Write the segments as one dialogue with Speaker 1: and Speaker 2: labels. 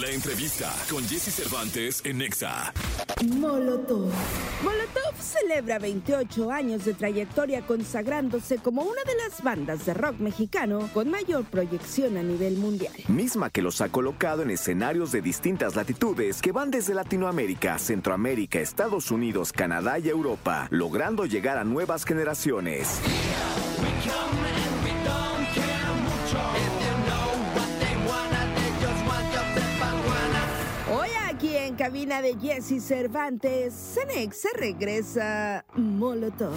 Speaker 1: La entrevista con Jesse Cervantes en Nexa.
Speaker 2: Molotov.
Speaker 3: Molotov celebra 28 años de trayectoria consagrándose como una de las bandas de rock mexicano con mayor proyección a nivel mundial.
Speaker 4: misma que los ha colocado en escenarios de distintas latitudes que van desde Latinoamérica, Centroamérica, Estados Unidos, Canadá y Europa, logrando llegar a nuevas generaciones.
Speaker 3: Hoy aquí en cabina de Jesse Cervantes, Cenex se regresa Molotov.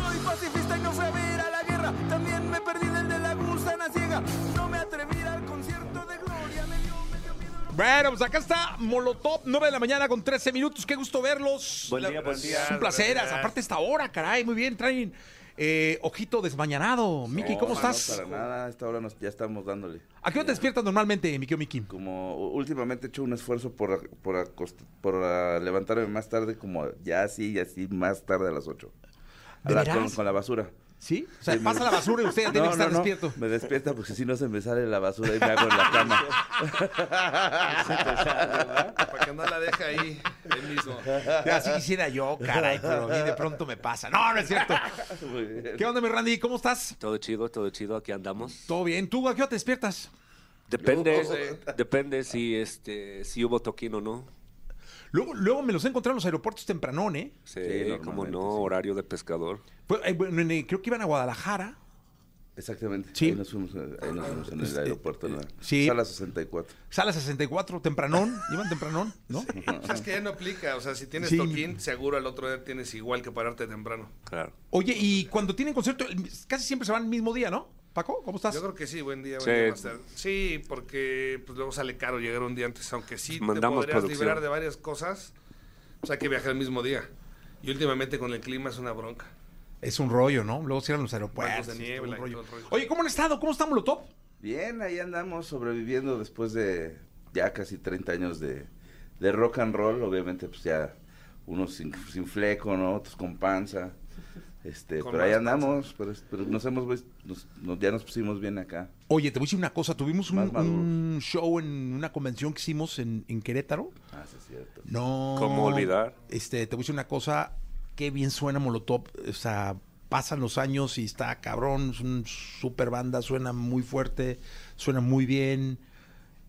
Speaker 5: Soy pacifista y no fui a ver a la guerra. También me perdí del de la gusana ciega. No me atreví al concierto de Gloria. Me dio, me dio miedo.
Speaker 6: Bueno, pues acá está Molotov, 9 de la mañana con 13 minutos. Qué gusto verlos.
Speaker 7: Buen
Speaker 6: La-
Speaker 7: día, buen día.
Speaker 6: Es un placer.
Speaker 7: Buenos días.
Speaker 6: Aparte, esta hora, caray, muy bien. Traen eh, ojito desmañanado. Miki,
Speaker 7: No,
Speaker 6: ¿cómo
Speaker 7: no,
Speaker 6: estás?
Speaker 7: para nada, a esta hora nos- ya estamos dándole.
Speaker 6: ¿A qué hora te despiertas normalmente, Miki o Miki?
Speaker 7: Como últimamente he hecho un esfuerzo por, por, acost- por ah, levantarme más tarde, como ya así y así más tarde a las
Speaker 6: ¿De
Speaker 7: 8. con,
Speaker 6: veras?
Speaker 7: con la basura.
Speaker 6: ¿Sí. O sea, pasa la basura y usted ya tiene que estar despierto.
Speaker 7: Me despierta porque si no se me sale la basura y me hago en la cama.
Speaker 8: Para que no la deje ahí, ahí mismo.
Speaker 6: Así quisiera yo, caray, pero a mí de pronto me pasa. No, no es cierto.
Speaker 7: Muy bien.
Speaker 6: ¿Qué onda, mi Randy? ¿Cómo estás?
Speaker 9: Todo chido, todo chido, aquí andamos.
Speaker 6: ¿Todo bien? ¿Tú a qué hora te despiertas?
Speaker 9: Depende,
Speaker 8: Yo no sé.
Speaker 9: depende si este si hubo toquín o no.
Speaker 6: Luego, luego me los he encontrado en los aeropuertos tempranón, ¿eh?
Speaker 7: Sí,
Speaker 9: Sí,
Speaker 7: normalmente,
Speaker 9: como no,
Speaker 7: sí.
Speaker 9: horario de pescador.
Speaker 6: Fue- eh, bueno, en- eh, creo que iban a Guadalajara.
Speaker 7: Exactamente.
Speaker 6: Sí. Pues, eh,
Speaker 7: Ahí nos fuimos, eh, ahí nos fuimos en el aeropuerto. en la
Speaker 6: Sí.
Speaker 7: Sala 64.
Speaker 6: Sala 64, tempranón. Iban tempranón, ¿no?
Speaker 8: O sea, es que ya no aplica. O sea, si tienes
Speaker 6: Sí.
Speaker 8: toquín, seguro al otro día tienes igual que pararte temprano.
Speaker 9: Claro.
Speaker 6: Oye, y cuando tienen concierto, el- casi siempre se van el mismo día, ¿no? Paco, ¿cómo estás?
Speaker 8: Yo creo que sí, buen día, buen
Speaker 9: Sí.
Speaker 8: día, Master. Sí, porque pues, luego sale caro llegar un día antes, aunque sí
Speaker 9: Mandamos
Speaker 8: te podrías
Speaker 9: producción.
Speaker 8: liberar de varias cosas. O sea, hay que viajar el mismo día. Y últimamente con el clima es una bronca.
Speaker 6: Es un rollo, ¿no? Luego cierran los aeropuertos.
Speaker 8: Bancos de
Speaker 6: es todo
Speaker 8: niebla
Speaker 6: un
Speaker 8: y
Speaker 6: rollo.
Speaker 8: todo el rollo.
Speaker 6: Oye, ¿cómo han estado? ¿Cómo está Molotov?
Speaker 7: Bien, ahí andamos sobreviviendo después de ya casi 30 años de, de rock and roll. Obviamente, pues ya unos sin, sin fleco, ¿no? Otros con panza. Este,
Speaker 8: Con
Speaker 7: pero ahí
Speaker 8: más
Speaker 7: andamos, pero, pero nos hemos, vis- nos- nos- ya nos pusimos bien acá.
Speaker 6: Oye, te voy a decir una cosa. Tuvimos un,
Speaker 7: Más maduros.
Speaker 6: un show en una convención que hicimos en, en Querétaro.
Speaker 7: Ah, sí, es cierto.
Speaker 6: No.
Speaker 9: ¿Cómo olvidar?
Speaker 6: Este, te voy a decir una cosa. Qué bien suena Molotov. O sea, pasan los años y está cabrón. Es una super banda. Suena muy fuerte. Suena muy bien.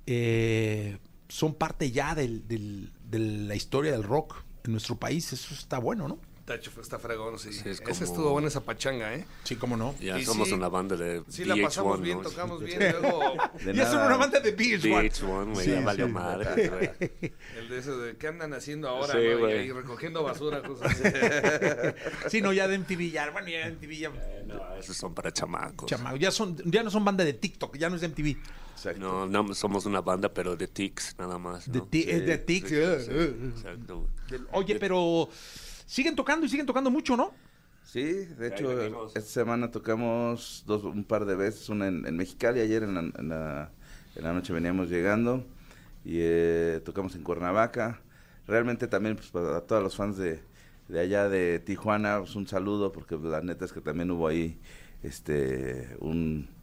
Speaker 6: Eh, son parte ya del- del- de la historia del rock en nuestro país. Eso está bueno, ¿no?
Speaker 8: Tacho, está fregón, sí.
Speaker 9: Sí, es como-
Speaker 8: Esa estuvo buena esa pachanga, ¿eh?
Speaker 6: Sí, cómo no.
Speaker 9: Ya
Speaker 8: Y
Speaker 9: somos
Speaker 8: sí,
Speaker 9: una banda de
Speaker 8: Sí,
Speaker 9: VH1,
Speaker 8: la pasamos bien,
Speaker 9: ¿no?
Speaker 8: tocamos bien. Luego,
Speaker 7: De
Speaker 6: ya son
Speaker 7: nada.
Speaker 6: una banda de Beach
Speaker 9: VH1, güey, ya valió madre. güey.
Speaker 8: el de eso de qué andan haciendo ahora,
Speaker 9: Sí,
Speaker 8: ¿no? Y-
Speaker 9: güey.
Speaker 8: Y, recogiendo basura, cosas así.
Speaker 6: Sí, no, ya de MTV ya. Bueno, ya de MTV ya.
Speaker 9: No, esos son para chamacos.
Speaker 6: Chamaco, ya, son, ya no son banda de TikTok, ya no es de MTV.
Speaker 7: Exacto.
Speaker 9: no, no, somos una banda, pero de tics, eh. nada más.
Speaker 6: De,
Speaker 9: ¿no?
Speaker 6: ti- es de eh,
Speaker 9: Sí,
Speaker 6: TikTok.
Speaker 9: sí, sí, exacto, güey.
Speaker 6: Oye, pero siguen tocando y siguen tocando mucho, ¿no?
Speaker 7: Sí, de
Speaker 9: ahí
Speaker 7: hecho,
Speaker 9: venimos.
Speaker 7: esta semana tocamos dos, un par de veces, una en, en Mexicali, ayer en la, en la- en la noche veníamos llegando y eh, tocamos en Cuernavaca. Realmente también pues, para todos los fans de, de allá de Tijuana, pues, un saludo porque la neta es que también hubo ahí este un...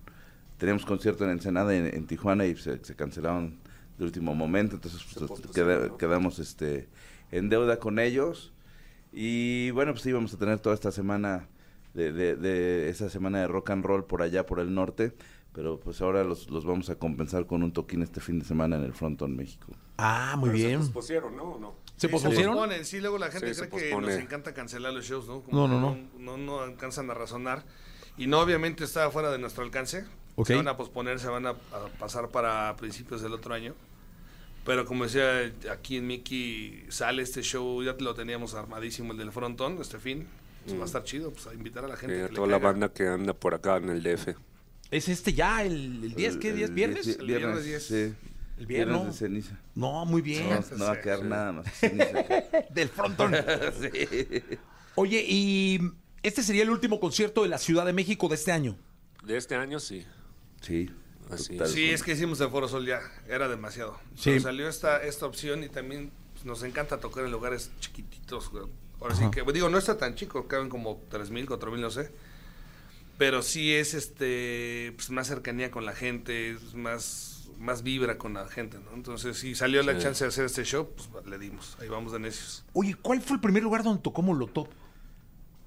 Speaker 7: Teníamos concierto en Ensenada y en, en Tijuana y se, se cancelaron de último momento, entonces pues, queda- quedamos este, en deuda con ellos. Y bueno, pues sí, vamos a tener toda esta semana de, de, de esa semana de rock and roll por allá, por el norte. Pero pues ahora los, los vamos a compensar con un toquín este fin de semana en el Frontón México.
Speaker 6: Ah, muy bien.
Speaker 9: ¿Pusieron, no? no?
Speaker 6: ¿Se
Speaker 8: Sí,
Speaker 6: pospusieron?
Speaker 8: posponen, sí, luego la gente
Speaker 9: Sí, se
Speaker 8: cree que nos
Speaker 9: pospone.
Speaker 8: encanta cancelar los shows, ¿no?
Speaker 6: No, no, no.
Speaker 8: que no. no alcanzan a razonar. Y no, obviamente está fuera de nuestro alcance.
Speaker 6: Ok.
Speaker 8: Se van a posponer, se van a, a pasar para principios del otro año. Pero como decía, aquí en Mickey sale este show, ya lo teníamos armadísimo, el del frontón, este fin. Entonces Va a estar chido, pues a invitar a la gente.
Speaker 9: Eh,
Speaker 8: que
Speaker 9: a
Speaker 8: le
Speaker 9: toda la
Speaker 8: caiga.
Speaker 9: banda que anda por acá en el DF.
Speaker 6: ¿Es este ya el, el 10? ¿Qué
Speaker 7: El-
Speaker 6: día
Speaker 7: el
Speaker 6: es? ¿Viernes?
Speaker 7: dieci-
Speaker 8: El
Speaker 7: viernes,
Speaker 8: viernes 10.
Speaker 7: sí.
Speaker 6: El viernes,
Speaker 7: de ceniza.
Speaker 6: No, muy bien. pues,
Speaker 7: No, no va a quedar nada más que ceniza.
Speaker 6: Del frontón. Oye, y este sería el último concierto de la Ciudad de México de este año.
Speaker 9: De este año sí.
Speaker 7: Sí.
Speaker 9: Así
Speaker 7: Total.
Speaker 9: es.
Speaker 8: Sí, es que hicimos el Foro Sol ya, era demasiado.
Speaker 6: Sí.
Speaker 8: Pero salió esta, esta opción y también pues, nos encanta tocar en lugares chiquititos. güey. Ahora sí
Speaker 6: Ajá.
Speaker 8: que, digo, no está tan chico, caben como 3.000, 4.000, no sé. Pero sí es este pues, más cercanía con la gente, es más, más vibra con la gente, ¿no? Entonces, si salió la
Speaker 9: Sí.
Speaker 8: chance de hacer este show, pues le dimos. Ahí vamos de necios.
Speaker 6: Oye, ¿cuál fue el primer lugar donde tocó Molotov?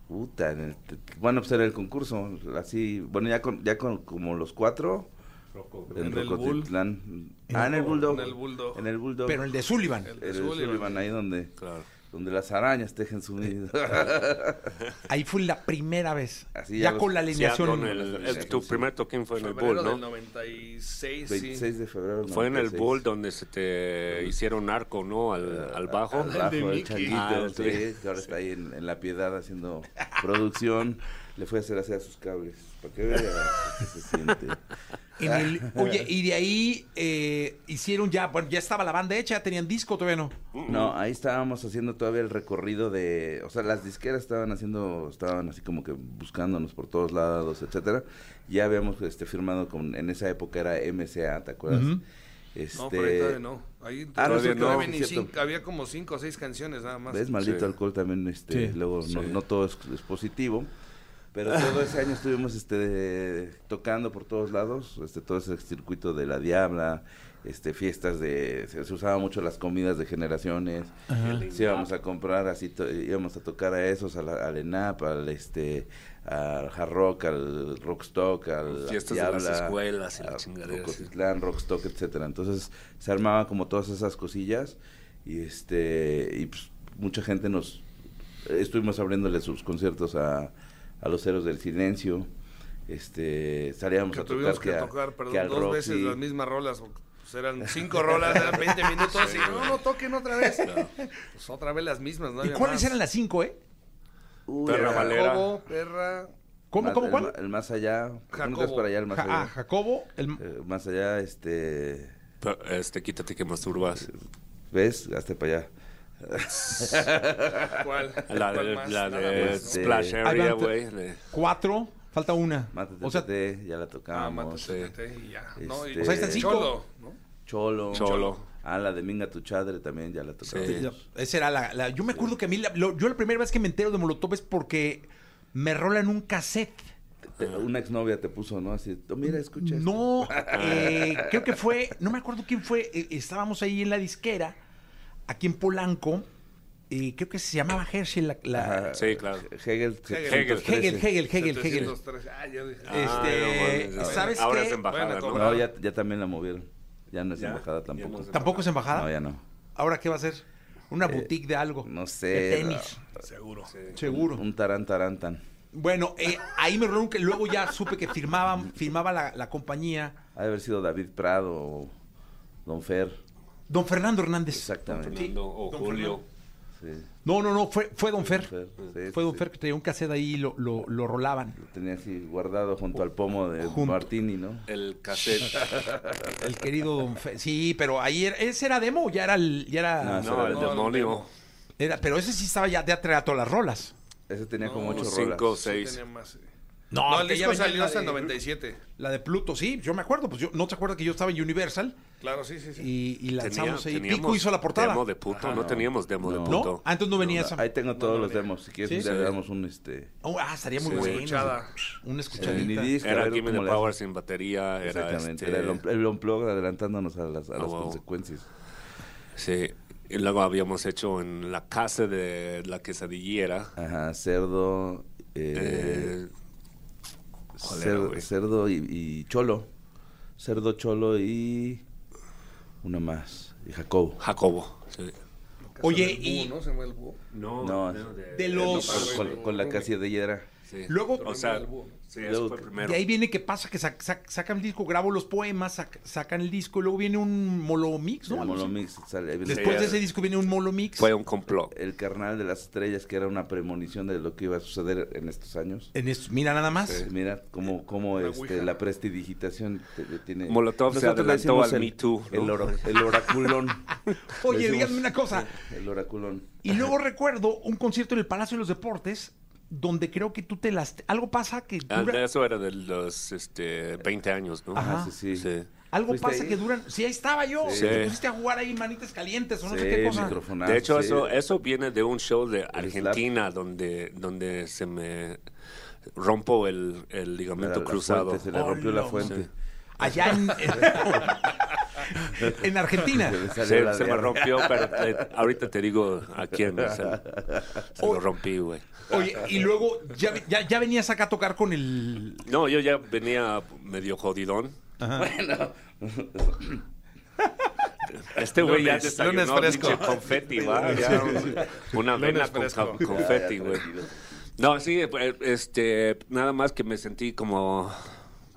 Speaker 7: Puta, en el, bueno, pues era el concurso, así, bueno, ya con, ya con como los cuatro, en
Speaker 8: En el
Speaker 7: Rocotitlán. Ah, en el Bulldog.
Speaker 8: En el Bulldog.
Speaker 7: En el Bulldog.
Speaker 6: Pero el de Sullivan.
Speaker 8: El-
Speaker 7: El Sullivan, ahí donde,
Speaker 9: Claro.
Speaker 7: donde las arañas tejen su nido.
Speaker 6: Ahí fue la primera vez.
Speaker 7: Así
Speaker 6: ya
Speaker 7: ya
Speaker 6: con
Speaker 7: los-
Speaker 6: la
Speaker 9: Sí, ya
Speaker 6: alineación.
Speaker 9: con el- el- tu primer toquín fue en el
Speaker 8: Febrero
Speaker 9: Bull,
Speaker 8: del
Speaker 9: ¿no?
Speaker 8: 96, sí.
Speaker 7: 26 de febrero. del
Speaker 9: Fue en el
Speaker 7: 96.
Speaker 9: Bull donde se te hicieron arco, ¿no? Al, al bajo.
Speaker 7: Ah, Al bajo,
Speaker 8: de
Speaker 7: el
Speaker 8: Mickey.
Speaker 7: changuito,
Speaker 9: Ah,
Speaker 7: sí,
Speaker 9: sí.
Speaker 7: que ahora está ahí en, en La Piedad haciendo producción. Le fue a hacer así a sus cables, para que vea qué se siente.
Speaker 6: En el- oye, y de ahí eh, hicieron ya, bueno, ya estaba la banda hecha, ya tenían disco todavía no.
Speaker 8: Uh-uh.
Speaker 7: No, ahí estábamos haciendo todavía el recorrido de, o sea, las disqueras estaban haciendo, estaban así como que buscándonos por todos lados, etcétera. Ya habíamos este firmado con, en esa época era MCA, ¿te acuerdas?
Speaker 6: Ujú.
Speaker 7: Este,
Speaker 8: No, pero ahí todavía no. Ahí
Speaker 7: Ah,
Speaker 9: no,
Speaker 8: todavía
Speaker 9: sí,
Speaker 8: no,
Speaker 9: no,
Speaker 8: había ni
Speaker 7: es cierto.
Speaker 8: cinco- había como cinco o seis canciones nada más.
Speaker 7: ¿Ves? Maldito
Speaker 9: Sí.
Speaker 7: alcohol también, este,
Speaker 6: Sí.
Speaker 7: luego no,
Speaker 9: Sí.
Speaker 7: no todo es, es positivo. Pero todo ese año estuvimos este, tocando por todos lados, este, todo ese circuito de la Diabla, este, fiestas de... Se, se usaba mucho las comidas de generaciones. Sí, íbamos a comprar así, to- íbamos a tocar a esos, a la- al ENAP, al este, al Hard Rock, al Rockstock, al
Speaker 9: Fiestas de las escuelas y la
Speaker 7: a
Speaker 9: chingadera, sí.
Speaker 7: Rocotitlán, Rockstock, etcétera. Entonces se armaba como todas esas cosillas y este y pues, mucha gente nos estuvimos abriéndole sus conciertos a, a los héroes del silencio. Este, salíamos
Speaker 8: que
Speaker 7: a tocar
Speaker 8: tuvimos que
Speaker 7: a-
Speaker 8: tocar,
Speaker 7: que al
Speaker 8: perdón, dos veces
Speaker 7: Roxy.
Speaker 8: las mismas rolas. o- pues eran cinco rolas, eran 20 minutos y no, no toquen otra vez. Pues otra vez las mismas, ¿no?
Speaker 6: ¿Y
Speaker 8: había
Speaker 6: cuáles
Speaker 8: más.
Speaker 6: eran las cinco, eh?
Speaker 7: Uy,
Speaker 9: Perra
Speaker 7: era-
Speaker 9: Valera.
Speaker 8: Jacobo, perra.
Speaker 6: ¿Cómo,
Speaker 7: más-
Speaker 6: cómo,
Speaker 7: el
Speaker 6: cuál?
Speaker 7: ma- El, más allá. ¿Por qué no te vas
Speaker 8: Jacobo.
Speaker 7: para allá, el más
Speaker 6: Ja-
Speaker 7: allá.
Speaker 6: ah, Jacobo, el-
Speaker 7: Eh, más allá, este.
Speaker 9: Pero, Este, quítate que masturbas.
Speaker 7: ¿Ves? Hasta para allá.
Speaker 8: ¿Cuál?
Speaker 9: La
Speaker 8: ¿Cuál
Speaker 9: de,
Speaker 8: más?
Speaker 9: la
Speaker 8: Nada
Speaker 9: de
Speaker 8: más, ¿no?
Speaker 7: este,
Speaker 9: Splash
Speaker 6: Ahí
Speaker 9: Area,
Speaker 6: van-
Speaker 9: güey. de-
Speaker 6: cuatro, falta una.
Speaker 7: Mátate,
Speaker 6: O sea,
Speaker 7: Tete, ya la
Speaker 8: Ah,
Speaker 7: tocamos.
Speaker 8: Mátate, Tete, y ya. No, y-
Speaker 7: Este- O sea, ahí están
Speaker 6: Pues cinco.
Speaker 8: Cholo, ¿no?
Speaker 7: Cholo.
Speaker 9: Cholo.
Speaker 7: Ah, la de Minga tu chadre también ya la tocamos.
Speaker 9: Sí.
Speaker 6: eh, esa era la, la- Yo me acuerdo que a mí, la- lo- yo la primera vez que me entero de Molotov es porque me rolan un cassette.
Speaker 7: Te- Una exnovia te puso, ¿no? Así, "Oh, mira, escucha esto".
Speaker 6: No, eh, creo que fue, no me acuerdo quién fue, eh, estábamos ahí en la disquera, aquí en Polanco, y creo que se llamaba Hershey la... la-
Speaker 7: Ajá.
Speaker 9: Sí, claro.
Speaker 7: Hegel.
Speaker 9: Hegel.
Speaker 6: Hegel, Hegel, Hegel, Hegel.
Speaker 8: 713. Ah, ya dije.
Speaker 9: Ah,
Speaker 6: Este,
Speaker 9: no mames,
Speaker 6: ¿sabes
Speaker 9: Ahora
Speaker 6: qué?
Speaker 9: es embajada,
Speaker 8: Bueno,
Speaker 9: ¿no?
Speaker 8: como-
Speaker 7: No, ya, ya también la movieron. Ya no es
Speaker 9: Ya,
Speaker 7: embajada
Speaker 9: ya
Speaker 7: tampoco.
Speaker 9: no es
Speaker 6: ¿Tampoco es embajada?
Speaker 7: No, ya no. Eh,
Speaker 6: ¿Ahora qué va a ser? Una boutique de algo.
Speaker 7: no sé,
Speaker 6: De tenis,
Speaker 8: Seguro.
Speaker 6: seguro.
Speaker 7: Un tarán tarantan.
Speaker 6: Bueno, eh, ahí me rolan que luego ya supe que firmaban, firmaba la, la compañía
Speaker 7: Ha de haber sido David Prado o Don Fer.
Speaker 6: Don Fernando Hernández.
Speaker 7: Exactamente.
Speaker 9: Fernando o
Speaker 6: Don
Speaker 9: Julio.
Speaker 7: Sí.
Speaker 6: No, no, no, fue, fue Don Fer.
Speaker 7: Fer, sí,
Speaker 6: Fue Don
Speaker 7: sí,
Speaker 6: Fer que tenía un cassette ahí y lo, lo, lo rolaban.
Speaker 7: Tenía así guardado junto al pomo de
Speaker 6: Junto.
Speaker 7: Martini, ¿no?
Speaker 9: El cassette.
Speaker 6: El querido Don Fe. Sí, pero ahí era- ese era demo, o ya era el- ya era,
Speaker 7: No, ese
Speaker 9: No, el
Speaker 7: No,
Speaker 9: demonio.
Speaker 6: era- pero ese sí estaba ya de atrás todas las rolas.
Speaker 7: Ese tenía como
Speaker 8: No,
Speaker 7: ocho
Speaker 9: Cinco o
Speaker 7: rolas.
Speaker 8: Sí,
Speaker 9: seis.
Speaker 8: tenía más. sí.
Speaker 6: No,
Speaker 8: No, el
Speaker 6: Ah, que ya
Speaker 8: disco
Speaker 6: venía
Speaker 8: salió
Speaker 6: la
Speaker 8: hasta el
Speaker 6: de-
Speaker 8: 97.
Speaker 6: La de Pluto, sí, yo me acuerdo, pues yo no te acuerdas que yo estaba en Universal
Speaker 8: Claro, sí, sí, sí.
Speaker 6: y, y
Speaker 9: Tenía-
Speaker 6: lanzamos ahí.
Speaker 9: teníamos
Speaker 6: Pico hizo la portada. Ah,
Speaker 9: Demo de puto. No teníamos demo de
Speaker 7: No.
Speaker 9: puto.
Speaker 6: ¿No? Ah, entonces no venía esa.
Speaker 7: Ahí tengo todos los demos. Si quieres,
Speaker 6: Sí.
Speaker 7: le
Speaker 9: Sí.
Speaker 7: damos un este.
Speaker 6: Oh, ah, estaría muy bueno.
Speaker 8: Escuchada.
Speaker 6: Una
Speaker 7: Ni
Speaker 6: escuchadita.
Speaker 7: disco, a
Speaker 9: Era
Speaker 7: ver
Speaker 9: Gimme the
Speaker 7: cómo le
Speaker 9: Power
Speaker 7: haces.
Speaker 9: sin batería. Era
Speaker 7: Exactamente.
Speaker 9: este-
Speaker 7: Era el, unpl- el unplug adelantándonos a las, a
Speaker 9: Ah,
Speaker 7: las
Speaker 9: wow.
Speaker 7: consecuencias.
Speaker 9: Sí. Y luego habíamos hecho en la casa de la quesadillera.
Speaker 7: Ajá, cerdo. eh,
Speaker 9: Eh, ¿cuál era,
Speaker 7: cerdo,
Speaker 9: güey?
Speaker 7: cerdo y, y cholo. Cerdo, cholo y. Una más. Y Jacobo.
Speaker 9: Jacobo. sí.
Speaker 6: Oye,
Speaker 8: Búho,
Speaker 6: y
Speaker 8: ¿no? Se llama el búho.
Speaker 9: No,
Speaker 7: No,
Speaker 6: de los.
Speaker 7: Con, con la casillera.
Speaker 9: Sí.
Speaker 6: Luego-
Speaker 9: o sea, sí, eso
Speaker 7: Luego-
Speaker 9: fue primero.
Speaker 6: De ahí viene que pasa que sac- sac- sacan el disco, grabo los poemas, sac- sacan el disco, y luego viene un molomix, ¿no?
Speaker 7: El
Speaker 6: Algo así.
Speaker 7: Monomix, sale- ahí viene-
Speaker 6: Después
Speaker 9: Sí,
Speaker 6: de
Speaker 9: ya.
Speaker 6: ese disco viene un molomix.
Speaker 9: Fue un complot.
Speaker 7: el carnal de las estrellas, que era una premonición de lo que iba a suceder en estos años. Eh,
Speaker 6: En esto, mira nada más.
Speaker 7: Mira cómo, cómo
Speaker 8: La
Speaker 7: este,
Speaker 8: ouija.
Speaker 7: la prestidigitación te- te tiene.
Speaker 9: Molotov se
Speaker 7: Nosotros le
Speaker 9: adelantó
Speaker 7: decimos
Speaker 9: al Me Too,
Speaker 7: El,
Speaker 9: ¿no?
Speaker 7: oro- el oraculón.
Speaker 6: Oye,
Speaker 7: Le decimos
Speaker 6: díganme una cosa.
Speaker 7: El oraculón.
Speaker 6: Y luego recuerdo un concierto en el Palacio de los Deportes donde creo que tú te las... Algo pasa que
Speaker 9: Ah,
Speaker 6: dura-
Speaker 9: de eso era de los este, 20 años, ¿no?
Speaker 6: Ajá.
Speaker 7: Ah, sí, sí.
Speaker 6: Algo
Speaker 7: ¿Fuiste
Speaker 6: pasa
Speaker 7: ahí?
Speaker 6: que duran... Sí, ahí estaba yo.
Speaker 9: Sí.
Speaker 6: Te pusiste a jugar ahí manitas calientes o no
Speaker 7: Sí,
Speaker 6: sé qué cosa.
Speaker 7: microfonazo,
Speaker 9: De hecho,
Speaker 7: sí.
Speaker 9: eso, eso viene de un show de
Speaker 7: slap.
Speaker 9: Argentina donde, donde se me rompo el, el
Speaker 7: La-
Speaker 9: ligamento
Speaker 7: la
Speaker 9: cruzado.
Speaker 7: fuente, se le
Speaker 6: Oh,
Speaker 7: rompió la
Speaker 6: no,
Speaker 7: fuente.
Speaker 6: Allá en... en Argentina.
Speaker 7: Se le salió
Speaker 9: Se,
Speaker 7: la
Speaker 9: se me
Speaker 7: diarrea.
Speaker 9: rompió, pero te- ahorita te digo a quién se, se lo rompí, güey.
Speaker 6: Oye, y luego ya, ve- ya, ya venías acá a tocar con el...
Speaker 9: No, yo ya venía medio jodidón. Bueno. Este güey ya
Speaker 8: Lunes,
Speaker 9: desayunó
Speaker 8: lunes fresco.
Speaker 9: pinche confeti, va. Ya un- una
Speaker 8: Lunes
Speaker 9: vena con
Speaker 8: fresco.
Speaker 9: ca- confeti,
Speaker 7: Ya, ya,
Speaker 9: güey.
Speaker 7: tranquilo.
Speaker 9: No, sí, pues, este, nada más que me sentí como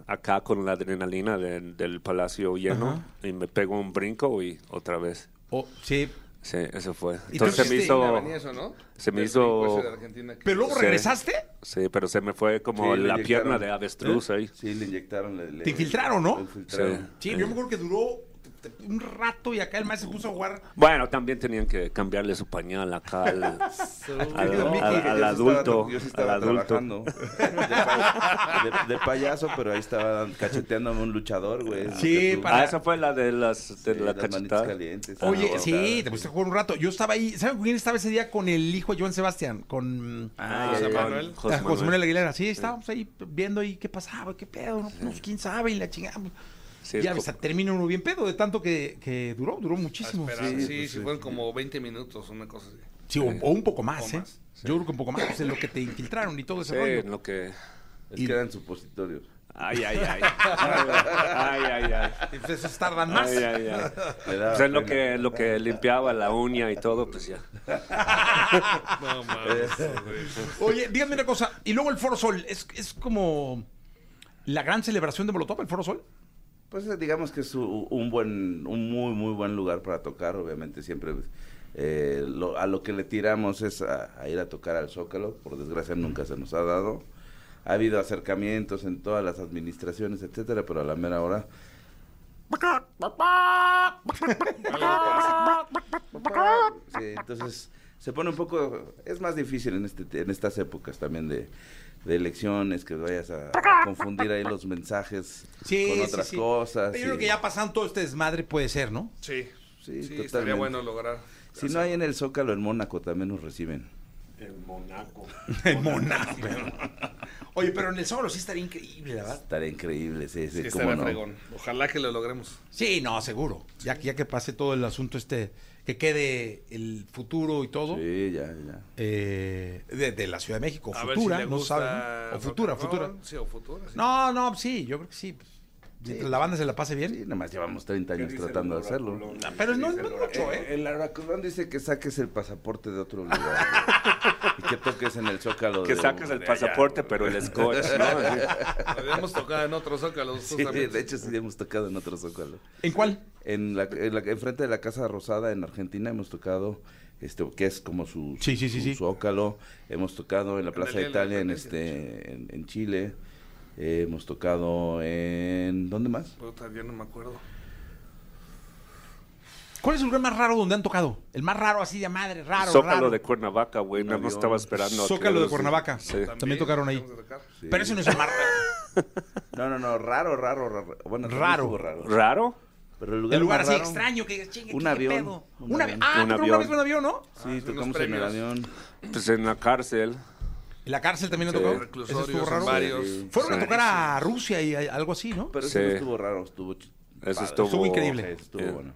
Speaker 9: acá con la adrenalina de- del palacio lleno y me pegó un brinco y otra vez.
Speaker 6: Oh, sí.
Speaker 9: Sí, eso fue.
Speaker 6: ¿Y tú
Speaker 9: Entonces se me
Speaker 6: hiciste
Speaker 9: hizo...
Speaker 8: venía eso, ¿no?
Speaker 9: se me
Speaker 8: Del
Speaker 9: hizo-
Speaker 8: brinco ese de Argentina que-
Speaker 6: Pero luego
Speaker 9: Sí.
Speaker 6: regresaste,
Speaker 9: Sí, pero se me fue como
Speaker 7: Sí, le
Speaker 9: la
Speaker 7: inyectaron.
Speaker 9: pierna de avestruz
Speaker 7: ¿Eh?
Speaker 9: ahí.
Speaker 7: Sí, le inyectaron. le- le-
Speaker 6: te infiltraron,
Speaker 7: le
Speaker 6: ¿no?
Speaker 7: infiltraron.
Speaker 6: Sí, yo me acuerdo que duró t- t- un rato y acá el maestro se puso a jugar.
Speaker 9: Bueno, también tenían que cambiarle su pañal acá al, al-
Speaker 7: Querido
Speaker 9: al-
Speaker 7: Mickey,
Speaker 9: al
Speaker 7: yo sí estaba
Speaker 9: adulto.
Speaker 7: tra- yo sí estaba
Speaker 9: al adulto. Ah,
Speaker 7: trabajando de, pa- de- de payaso, pero ahí estaba cacheteando a un luchador, güey. Es lo
Speaker 6: Sí,
Speaker 7: que tú-
Speaker 6: para-
Speaker 9: Ah, esa fue la de las de
Speaker 7: Sí,
Speaker 9: la
Speaker 7: las manitas
Speaker 9: cachetada.
Speaker 7: calientes.
Speaker 6: Oye,
Speaker 7: Ah,
Speaker 6: sí,
Speaker 7: claro.
Speaker 6: te pusiste a jugar un rato. Yo estaba ahí, ¿saben con quién estaba ese día? Con el hijo de Joan Sebastián, con
Speaker 7: Ah,
Speaker 8: José
Speaker 7: ya, ya.
Speaker 8: Manuel.
Speaker 6: ah,
Speaker 9: José Manuel.
Speaker 6: Aguilera. Sí, estábamos ahí viendo y qué pasaba, qué pedo, no, pues, quién sabe, y la chingamos.
Speaker 9: Sí, es
Speaker 6: ya
Speaker 9: como-
Speaker 6: hasta termina uno bien pedo, de tanto que, que duró, duró muchísimo.
Speaker 8: Espera, sí,
Speaker 7: pues
Speaker 8: sí,
Speaker 7: sí.
Speaker 8: fueron como 20 minutos, una cosa así.
Speaker 6: Sí, o, o un poco más,
Speaker 8: poco
Speaker 6: ¿eh?
Speaker 8: más,
Speaker 6: Yo creo que un poco más, pues, en lo que te infiltraron y todo ese
Speaker 9: Sí,
Speaker 6: rollo.
Speaker 9: en lo que.
Speaker 7: Es que eran supositorios.
Speaker 9: Ay, ay, ay. Ay, ay, ay.
Speaker 6: Entonces tardan más.
Speaker 9: Ay, ay, ay.
Speaker 7: Le daba
Speaker 9: Pues en lo
Speaker 7: pena.
Speaker 9: que, lo que limpiaba la uña y todo, pues ya. Eh,
Speaker 8: No mames, güey.
Speaker 6: Oye, dígame una cosa. Y luego el Foro Sol, ¿es, es como la gran celebración de Molotov, el Foro Sol?
Speaker 7: Pues eh, digamos que es u- un buen, un muy, muy buen lugar para tocar, obviamente siempre eh, lo- a lo que le tiramos es a, a ir a tocar al Zócalo, por desgracia nunca se nos ha dado. Ha habido acercamientos en todas las administraciones, etcétera, pero a la mera hora Sí, entonces se pone un poco, es más difícil en este en estas épocas también de, de elecciones que vayas a, a confundir ahí los mensajes con otras cosas.
Speaker 6: Pero yo
Speaker 7: y-
Speaker 6: creo que ya pasan todo este desmadre, puede ser, ¿no?
Speaker 8: Sí, sí,
Speaker 7: Sí,
Speaker 8: estaría
Speaker 7: totalmente.
Speaker 8: bueno lograr.
Speaker 7: Si no hay en el Zócalo, en Mónaco también nos reciben.
Speaker 9: El Monaco.
Speaker 6: En Monaco. Oye, pero en el Zócalo sí estaría increíble, la verdad.
Speaker 7: Estará increíble, sí, sí,
Speaker 8: Sí,
Speaker 7: cómo
Speaker 8: estaría
Speaker 7: no.
Speaker 8: fregón. Ojalá que lo logremos.
Speaker 6: Sí, no, seguro. Ya, que- ya que pase todo el asunto este, que quede el futuro y todo.
Speaker 7: Sí, ya, ya.
Speaker 6: eh, de, de la Ciudad de México,
Speaker 8: A ver
Speaker 6: futura,
Speaker 8: si le
Speaker 6: no
Speaker 8: gusta
Speaker 6: saben. O
Speaker 8: rock
Speaker 6: futura,
Speaker 8: and
Speaker 6: futura.
Speaker 8: roll, Sí, o futura. sí.
Speaker 6: No, no, sí, yo creo que sí. pues, Mientras la banda se la pase bien.
Speaker 7: Sí, nada más llevamos 30 años tratando de hacerlo.
Speaker 8: Ah,
Speaker 6: Pero no es mucho,
Speaker 7: Eh,
Speaker 6: ¿eh?
Speaker 7: El araculón dice que saques el pasaporte de otro lugar. güey, y que toques en el Zócalo.
Speaker 9: Que
Speaker 7: de-
Speaker 9: saques el
Speaker 7: de allá,
Speaker 9: pasaporte,
Speaker 7: güey.
Speaker 9: pero el scotch, ¿no? Así.
Speaker 8: Habíamos tocado en otros zócalos.
Speaker 7: Sí,
Speaker 8: justamente.
Speaker 7: de hecho sí hemos tocado en otro Zócalo.
Speaker 6: ¿En cuál?
Speaker 7: En la, en la- enfrente de la Casa Rosada en Argentina hemos tocado este que es como su,
Speaker 6: Sí, sí, sí,
Speaker 7: su-
Speaker 6: sí.
Speaker 7: su Zócalo, hemos tocado en la Plaza
Speaker 8: Día
Speaker 7: de
Speaker 8: de la
Speaker 7: Italia en
Speaker 8: Independencia,
Speaker 7: este en, en Chile. eh, hemos tocado en ¿dónde más?
Speaker 8: Puta, ya no me acuerdo.
Speaker 6: ¿Cuál es el lugar más raro donde han tocado? El más raro, así de madre, raro.
Speaker 9: Zócalo
Speaker 6: raro.
Speaker 9: de Cuernavaca, güey. Nada más
Speaker 7: Avión.
Speaker 9: estaba esperando. a que-
Speaker 6: Zócalo de Cuernavaca.
Speaker 9: Sí.
Speaker 6: También tocaron ahí.
Speaker 8: acabamos de tocar.
Speaker 7: Sí.
Speaker 6: Pero ese no es el más raro.
Speaker 7: No, no, no, raro, raro, raro. Bueno, también
Speaker 6: Raro.
Speaker 7: estuvo raro.
Speaker 9: ¿Raro?
Speaker 7: Pero el lugar,
Speaker 6: El lugar
Speaker 7: más
Speaker 6: así
Speaker 7: raro-
Speaker 6: extraño que digas, chingue,
Speaker 7: Un
Speaker 6: ¿qué
Speaker 7: avión,
Speaker 6: pedo?
Speaker 7: un
Speaker 6: Un avi-
Speaker 7: avión.
Speaker 6: Ah,
Speaker 9: Un
Speaker 6: tocaron una
Speaker 9: avión.
Speaker 6: vez con un avión, ¿no?
Speaker 7: Ah, Sí,
Speaker 8: unos
Speaker 7: tocamos en el
Speaker 8: premios.
Speaker 7: avión.
Speaker 9: Pues en la cárcel.
Speaker 6: En la cárcel también lo tocó. Eso
Speaker 8: Reclusorios,
Speaker 6: estuvo raro.
Speaker 8: varios.
Speaker 7: Sí. Pues,
Speaker 6: Fueron a tocar a Rusia y a- algo así, ¿no?
Speaker 7: Pero
Speaker 9: Sí.
Speaker 7: eso no estuvo raro, estuvo ch-
Speaker 9: Eso
Speaker 7: padre.
Speaker 9: estuvo-
Speaker 6: Estuvo increíble.
Speaker 7: Sí, estuvo
Speaker 9: Eh.
Speaker 7: bueno.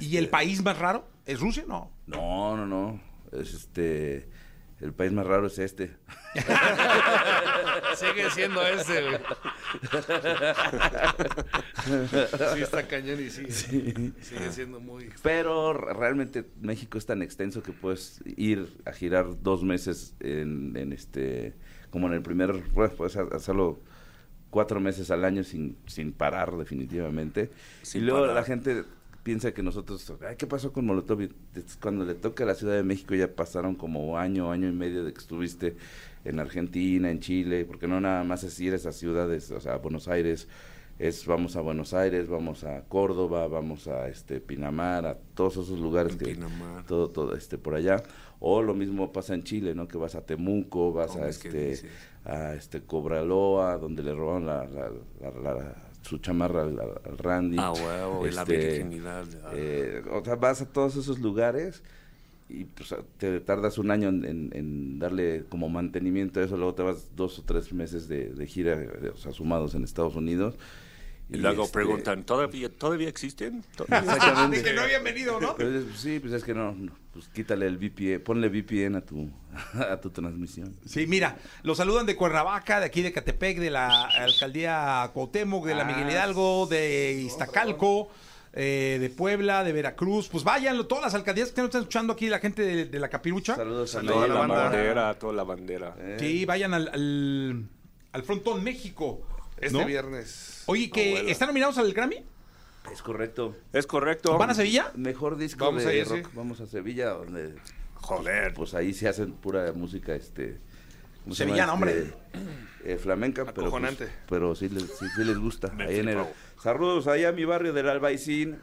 Speaker 6: ¿Y
Speaker 7: eh.
Speaker 6: el país más raro? ¿Es Rusia? No.
Speaker 7: No, no, no. Es este el país más raro es este.
Speaker 8: Sigue siendo ese, güey. Sí, está cañón y sigue. Sigue siendo muy.
Speaker 7: Pero re- realmente México es tan extenso que puedes ir a girar dos meses en, en este, como en el primer, bueno, puedes ha- hacerlo cuatro meses al año sin, sin parar definitivamente.
Speaker 9: Sin
Speaker 7: y luego
Speaker 9: parar.
Speaker 7: la gente piensa que nosotros, ay, ¿qué pasó con Molotov? Y es Cuando le toca a la Ciudad de México ya pasaron como año, año y medio de que estuviste en Argentina, en Chile, porque no nada más es ir a esas ciudades, o sea, a Buenos Aires, es vamos a Buenos Aires, vamos a Córdoba, vamos a este Pinamar, a todos esos lugares que
Speaker 9: Pinamar.
Speaker 7: todo todo este por allá o lo mismo pasa en Chile, ¿no? Que vas a Temuco, vas a
Speaker 9: Hombre, ¿qué
Speaker 7: este
Speaker 9: dices?
Speaker 7: a este Cobraloa, donde le roban la, la- la- la- su chamarra al, al- al Randy.
Speaker 9: Ah, huevo, y la
Speaker 7: Este,
Speaker 9: virginidad. ah.
Speaker 7: eh, o sea, vas a todos esos lugares y pues, a- te tardas un año en, en- en darle como mantenimiento a eso, luego te vas dos o tres meses de, de gira, eh, o sea, sumados en Estados Unidos.
Speaker 9: y luego
Speaker 7: este,
Speaker 9: preguntan, ¿todavía, ¿todavía existen? To-
Speaker 7: Exactamente.
Speaker 6: que no habían venido, ¿no?
Speaker 7: Pero dices, pues, sí, pues es que no, no, pues quítale el VPN, ponle VPN a tu, a tu transmisión.
Speaker 6: Sí, mira, los saludan de Cuernavaca, de aquí de Catepec, de la alcaldía Cuauhtémoc, de la Miguel Hidalgo, de Iztacalco, eh, de Puebla, de Veracruz. Pues vayan, todas las alcaldías que nos están escuchando aquí, la gente de, de la Capirucha.
Speaker 7: Saludos a
Speaker 9: Toda la,
Speaker 7: Nayeli Mora.
Speaker 9: bandera, toda la bandera.
Speaker 6: Sí, vayan al, al, al Frontón México.
Speaker 8: Este
Speaker 6: ¿no?
Speaker 8: viernes.
Speaker 6: Oye, que
Speaker 9: Abuela.
Speaker 6: están nominados al Grammy.
Speaker 7: Es correcto.
Speaker 9: Es correcto.
Speaker 6: ¿Van a Sevilla?
Speaker 7: Mejor disco
Speaker 8: Vamos
Speaker 7: de
Speaker 8: ahí,
Speaker 7: rock.
Speaker 8: sí.
Speaker 7: Vamos a Sevilla, donde
Speaker 9: Joder.
Speaker 7: pues ahí se hacen pura música este ¿cómo se
Speaker 6: Sevillana,
Speaker 7: llama? Este, eh, flamenca pero pues,
Speaker 8: Acojonante.
Speaker 7: pero sí les, sí, sí les gusta
Speaker 9: Me
Speaker 7: ahí en el-
Speaker 9: flipó.
Speaker 7: saludos allá a mi barrio del Albaicín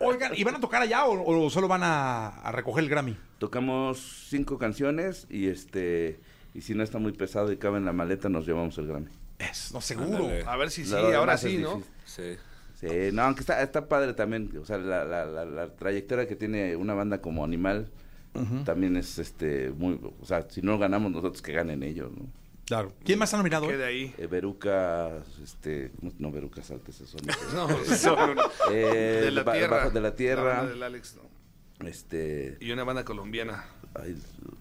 Speaker 6: Oigan, ¿y van a tocar allá o, o solo van a, a recoger el Grammy?
Speaker 7: tocamos cinco canciones y este y si no está muy pesado y cabe en la maleta nos llevamos el Grammy
Speaker 6: Es, no seguro.
Speaker 9: Ándale.
Speaker 8: A ver si sí,
Speaker 7: La verdad
Speaker 8: ahora
Speaker 7: es
Speaker 8: sí, ¿no?
Speaker 7: difícil.
Speaker 9: Sí.
Speaker 7: Sí, no, aunque está, está padre también, o sea, la, la, la, la trayectoria que tiene una banda como Animal también es este muy, o sea, si no ganamos nosotros que ganen ellos, ¿no?
Speaker 6: Claro. ¿Quién más está nominado?
Speaker 8: Quede ahí.
Speaker 7: Eh, Veruca, este, ¿cómo- no Veruca Saltes, eso no.
Speaker 8: No, son
Speaker 7: Eh,
Speaker 8: de la
Speaker 7: ba-
Speaker 8: tierra.
Speaker 7: Bajos de la
Speaker 8: La
Speaker 7: tierra.
Speaker 8: banda del Alex, ¿no?
Speaker 7: Este,
Speaker 8: Y una banda colombiana.
Speaker 7: ay,